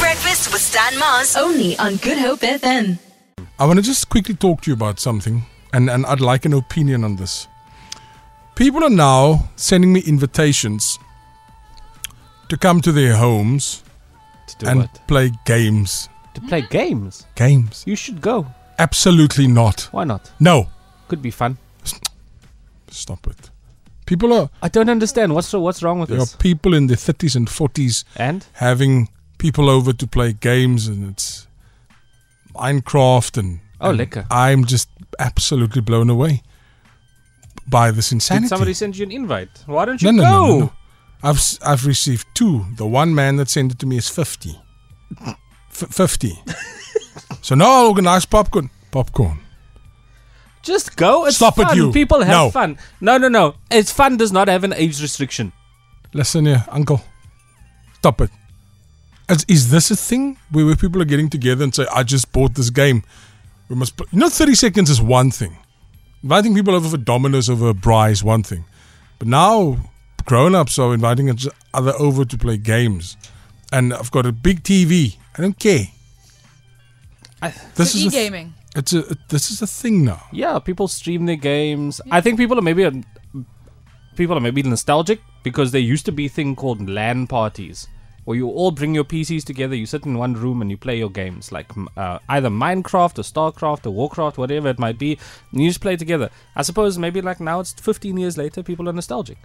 Breakfast with Stan Mars. Only on Good Hope FM. I want to just quickly talk to you about something, and, and I'd like an opinion on this. People are now sending me invitations to come to their homes To do and what? play games. To play games. Games? You should go. Absolutely not. Why not? No. Could be fun. Stop it. People are. I don't understand. What's what's wrong with There are this? people in their 30s and 40s And having people over to play games, and it's Minecraft and. Oh, and lekker. I'm just absolutely blown away by this insanity. did somebody send you an invite? Why don't no, you no, go? no, no, no. I've s- I've received two. The one man that sent it to me is fifty. F- fifty. so now I'll organize popcorn. Popcorn. Just go. It's Stop it, fun. you. People have No. fun. No, no, no. It's fun does not have an age restriction. Listen here, Uncle. Stop it. Is, is this a thing where, where people are getting together and say, "I just bought this game. We must." Play. You know, thirty seconds is one thing. Inviting people over for dominoes over a braai is one thing, but now grown-ups are inviting each other over to play games, and I've got a big TV. I don't care. I- this so is a th- e-gaming. it's a it- this is a thing now. Yeah, people stream their games. I think people are maybe um, people are maybe nostalgic because there used to be a thing called LAN parties where you all bring your PCs together, you sit in one room and you play your games like m- uh, either Minecraft or StarCraft or Warcraft, whatever it might be, and you just play together. I suppose maybe like now it's 15 years later, people are nostalgic.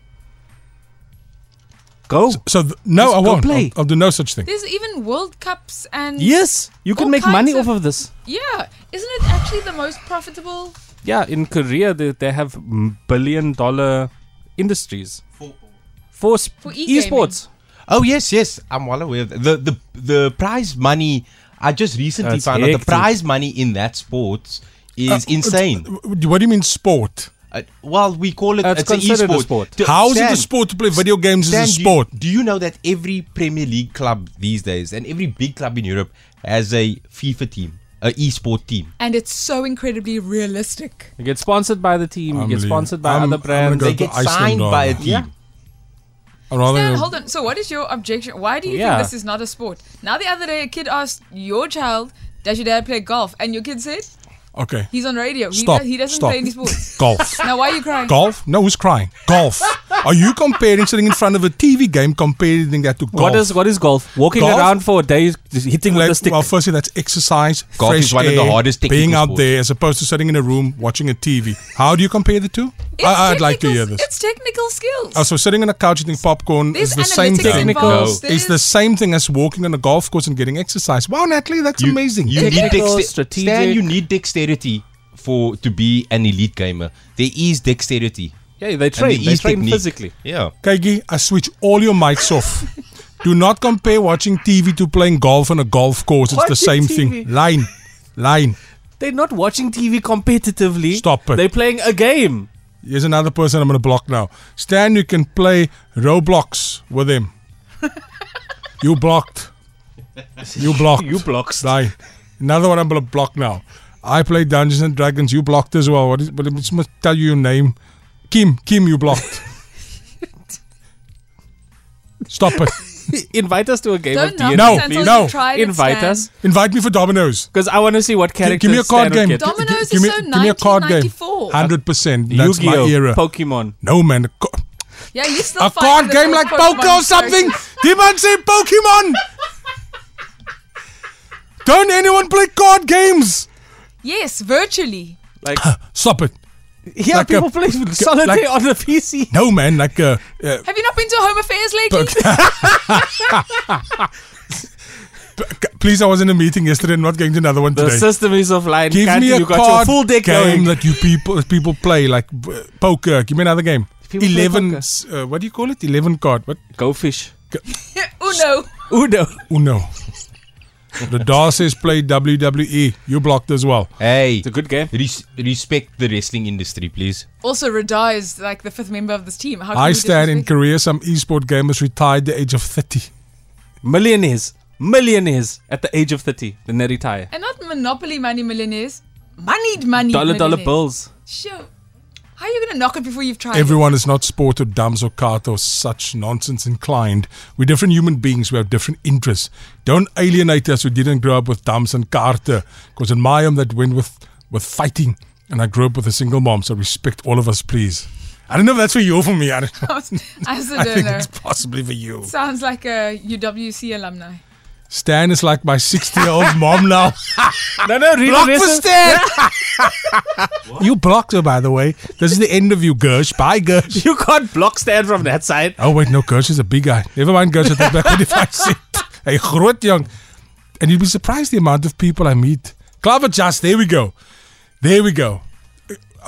Go. So th- no, Just I go won't. I'll, play. I'll do no such thing. There's even World Cups and Yes, you can All make kinds money of- off of this. yeah. Isn't it actually the most profitable? Yeah, in Korea they, they have mm, billion dollar industries for sp- For e-gaming. esports. Oh yes, yes, I'm well aware. Of that. The the the prize money. I just recently That's found out hectic. the prize money in that sports is Uh, insane. w- w- What do you mean sport? Uh, well, we call it That's it's an considered a e-sport. sport. D- How is it Stan, a sport to play video games Stan, as a do you- sport? Do you know that every Premier League club these days and every big club in Europe has a FIFA team, a e-sport team? And it's so incredibly realistic. You get sponsored by the team. You get Unbelievable. sponsored by I'm- other I'm gonna brands. go They to get Iceland signed by a rather. team. Yeah. I'd rather Stan, go- hold on. So, what is your objection? Why do you Yeah. think this is not a sport? Now, the other day, a kid asked your child, "Does your dad play golf?" And your kid said, Okay. "He's on radio. He, Stop. does, he doesn't Stop. play any sports." Golf. now, why are you crying? golf? No, who's crying? Golf. Are you comparing sitting in front of a TV game, comparing that to golf? What is what is golf? Walking Golf? around for a day, just hitting Like, with a stick. Well, firstly, that's exercise. Golf fresh is one of the air, hardest technical Being out sports. there as opposed to sitting in a room watching a TV. How do you compare the two? It's I, I'd like to technical- hear this. It's technical skills. Oh, so sitting on a couch eating popcorn There's is the same analytics thing. Technical. involved. It's the There's- same thing as walking on a golf course and getting exercise. Wow, Natalie, that's You- amazing. You need Technical, dexte- Stan, strategic. you need dexterity for to be an elite gamer. There is dexterity. yeah, they and train. there they is train technique. physically. Yeah. Kaigi, I switch all your mics off. Do not compare watching TV to playing golf on a golf course. It's the same Watching TV. thing. Line. Line. They're not watching TV competitively. Stop it. They're playing a game. Here's another person I'm going to block now. Stan, you can play Roblox with him. you blocked. You blocked. You blocks. Line. Another one I'm going to block now. I play Dungeons and Dragons. You blocked as well. What is, but I just must tell you your name. Kim. Kim, you blocked. Stop it. Invite us to a game Don't of numb D&D. it No, until no. you've tried it, Invite Stan. us Invite me for Dominoes. because I want to see what Gi- characters. give me a card Stan game. would get. Dominoes is so game. 1994. 100%. That's my Yu-Gi-Oh, era. Pokemon. no, man. A, co- Yeah, you still a fighting card with game those like Pokemon Poker or something. characters. Did man say Pokemon? Don't anyone play card games? Yes, virtually. Like Stop it. yeah, Like a- people play solitaire like- on the PC. No, man. Like, uh, uh, Have you not been to Home Affairs lately? c- please, I was in a meeting yesterday. I'm not going to another one The today. system is offline. Give Can't me you a got your card full deck game going. that you people that people play, like uh, poker. Give me another game. People play Eleven. poker. s- Uh, what do you call it? Eleven card. What? Go fish. Uno. Uno. Uno. the DAR says play WWE. E. You blocked as well. Hey. It's a good game. Res- respect the wrestling industry, please. Also, Radar is like the fifth member of this team. How can I we stand in disrespect- Korea. Some esport gamers retired the age of 30. millionaires, millionaires at the age of 30, then they retire. And not monopoly money millionaires. Moneyed money. Dollar dollar millionaires. bills. Sure. How are you going to knock it before you've tried it? Everyone is not sport or dumbs or cart or such nonsense inclined. We're different human beings. We have different interests. Don't alienate us who didn't grow up with dumbs and carter. Because in my home, that went with, with fighting. And I grew up with a single mom. So respect all of us, please. I don't know if that's for you or for me. I, don't know. I also I don't think know. it's possibly for you. Sounds like a UWC alumni. Stan is like my 60 year old mom now. No, no, read Block the for rest of- Stan! you blocked her, by the way. This is the end of you, Gersh. Bye, Gersh. You can't block stand from that side. Oh wait, no, Gersh is a big guy. Never mind Gersh at the back of the five seat. Hey, groot young. And you'd be surprised the amount of people I meet. Clover Just, there we go. There we go.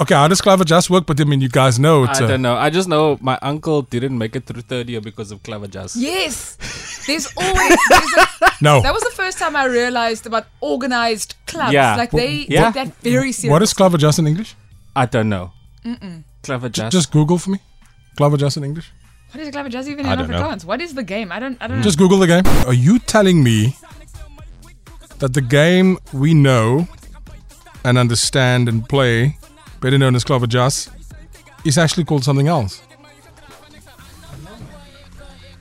Okay, how does Clover Just work? But I mean, you guys know it's I uh, don't know. I just know my uncle didn't make it through third year because of clever jazz. Yes. There's always. There's a, no. that was the first time I realized about organized clubs. Yeah. Like they Yeah. take that very seriously. What is Clover Just in English? I don't know. Clever jazz. Just Google for me. Clover Just in English. What is Glamour Jazz even I in don't know. Afrikaans? What is the game? I don't. I don't know. Just Google the game. Are you telling me that the game we know and understand and play, better known as Clover Jazz, is actually called something else?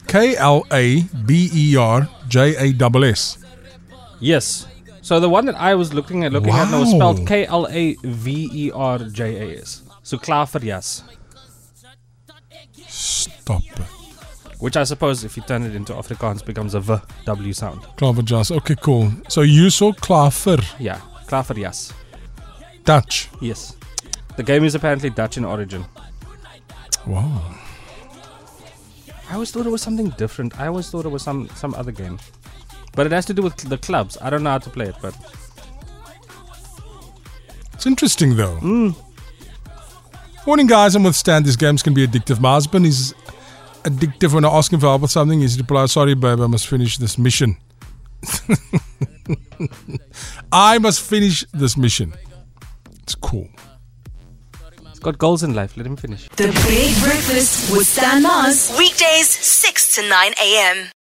K L A B E R J A S S. yes. So the one that I was looking at, looking at, now was Wow. spelled K L A V E R J A S. So Klaverjas, Stop it. which I suppose if you turn it into Afrikaans becomes a V W sound. Clover Jazz. Okay, cool. So you saw Klaver Yeah, Klaverjas. Dutch. Yes. The game is apparently Dutch in origin. Wow. I always thought it was something different. I always thought it was some some other game, but it has to do with the clubs. I don't know how to play it, but It's interesting though. Morning, guys. I'm with Stan. These games can be addictive. My husband is addictive when I ask him for help with something. He replies, Sorry, babe, I must finish this mission. I must finish this mission. It's cool. it's got goals in life. Let him finish. The Big Breakfast with Stan Mars. Weekdays, 6 to 9 a.m.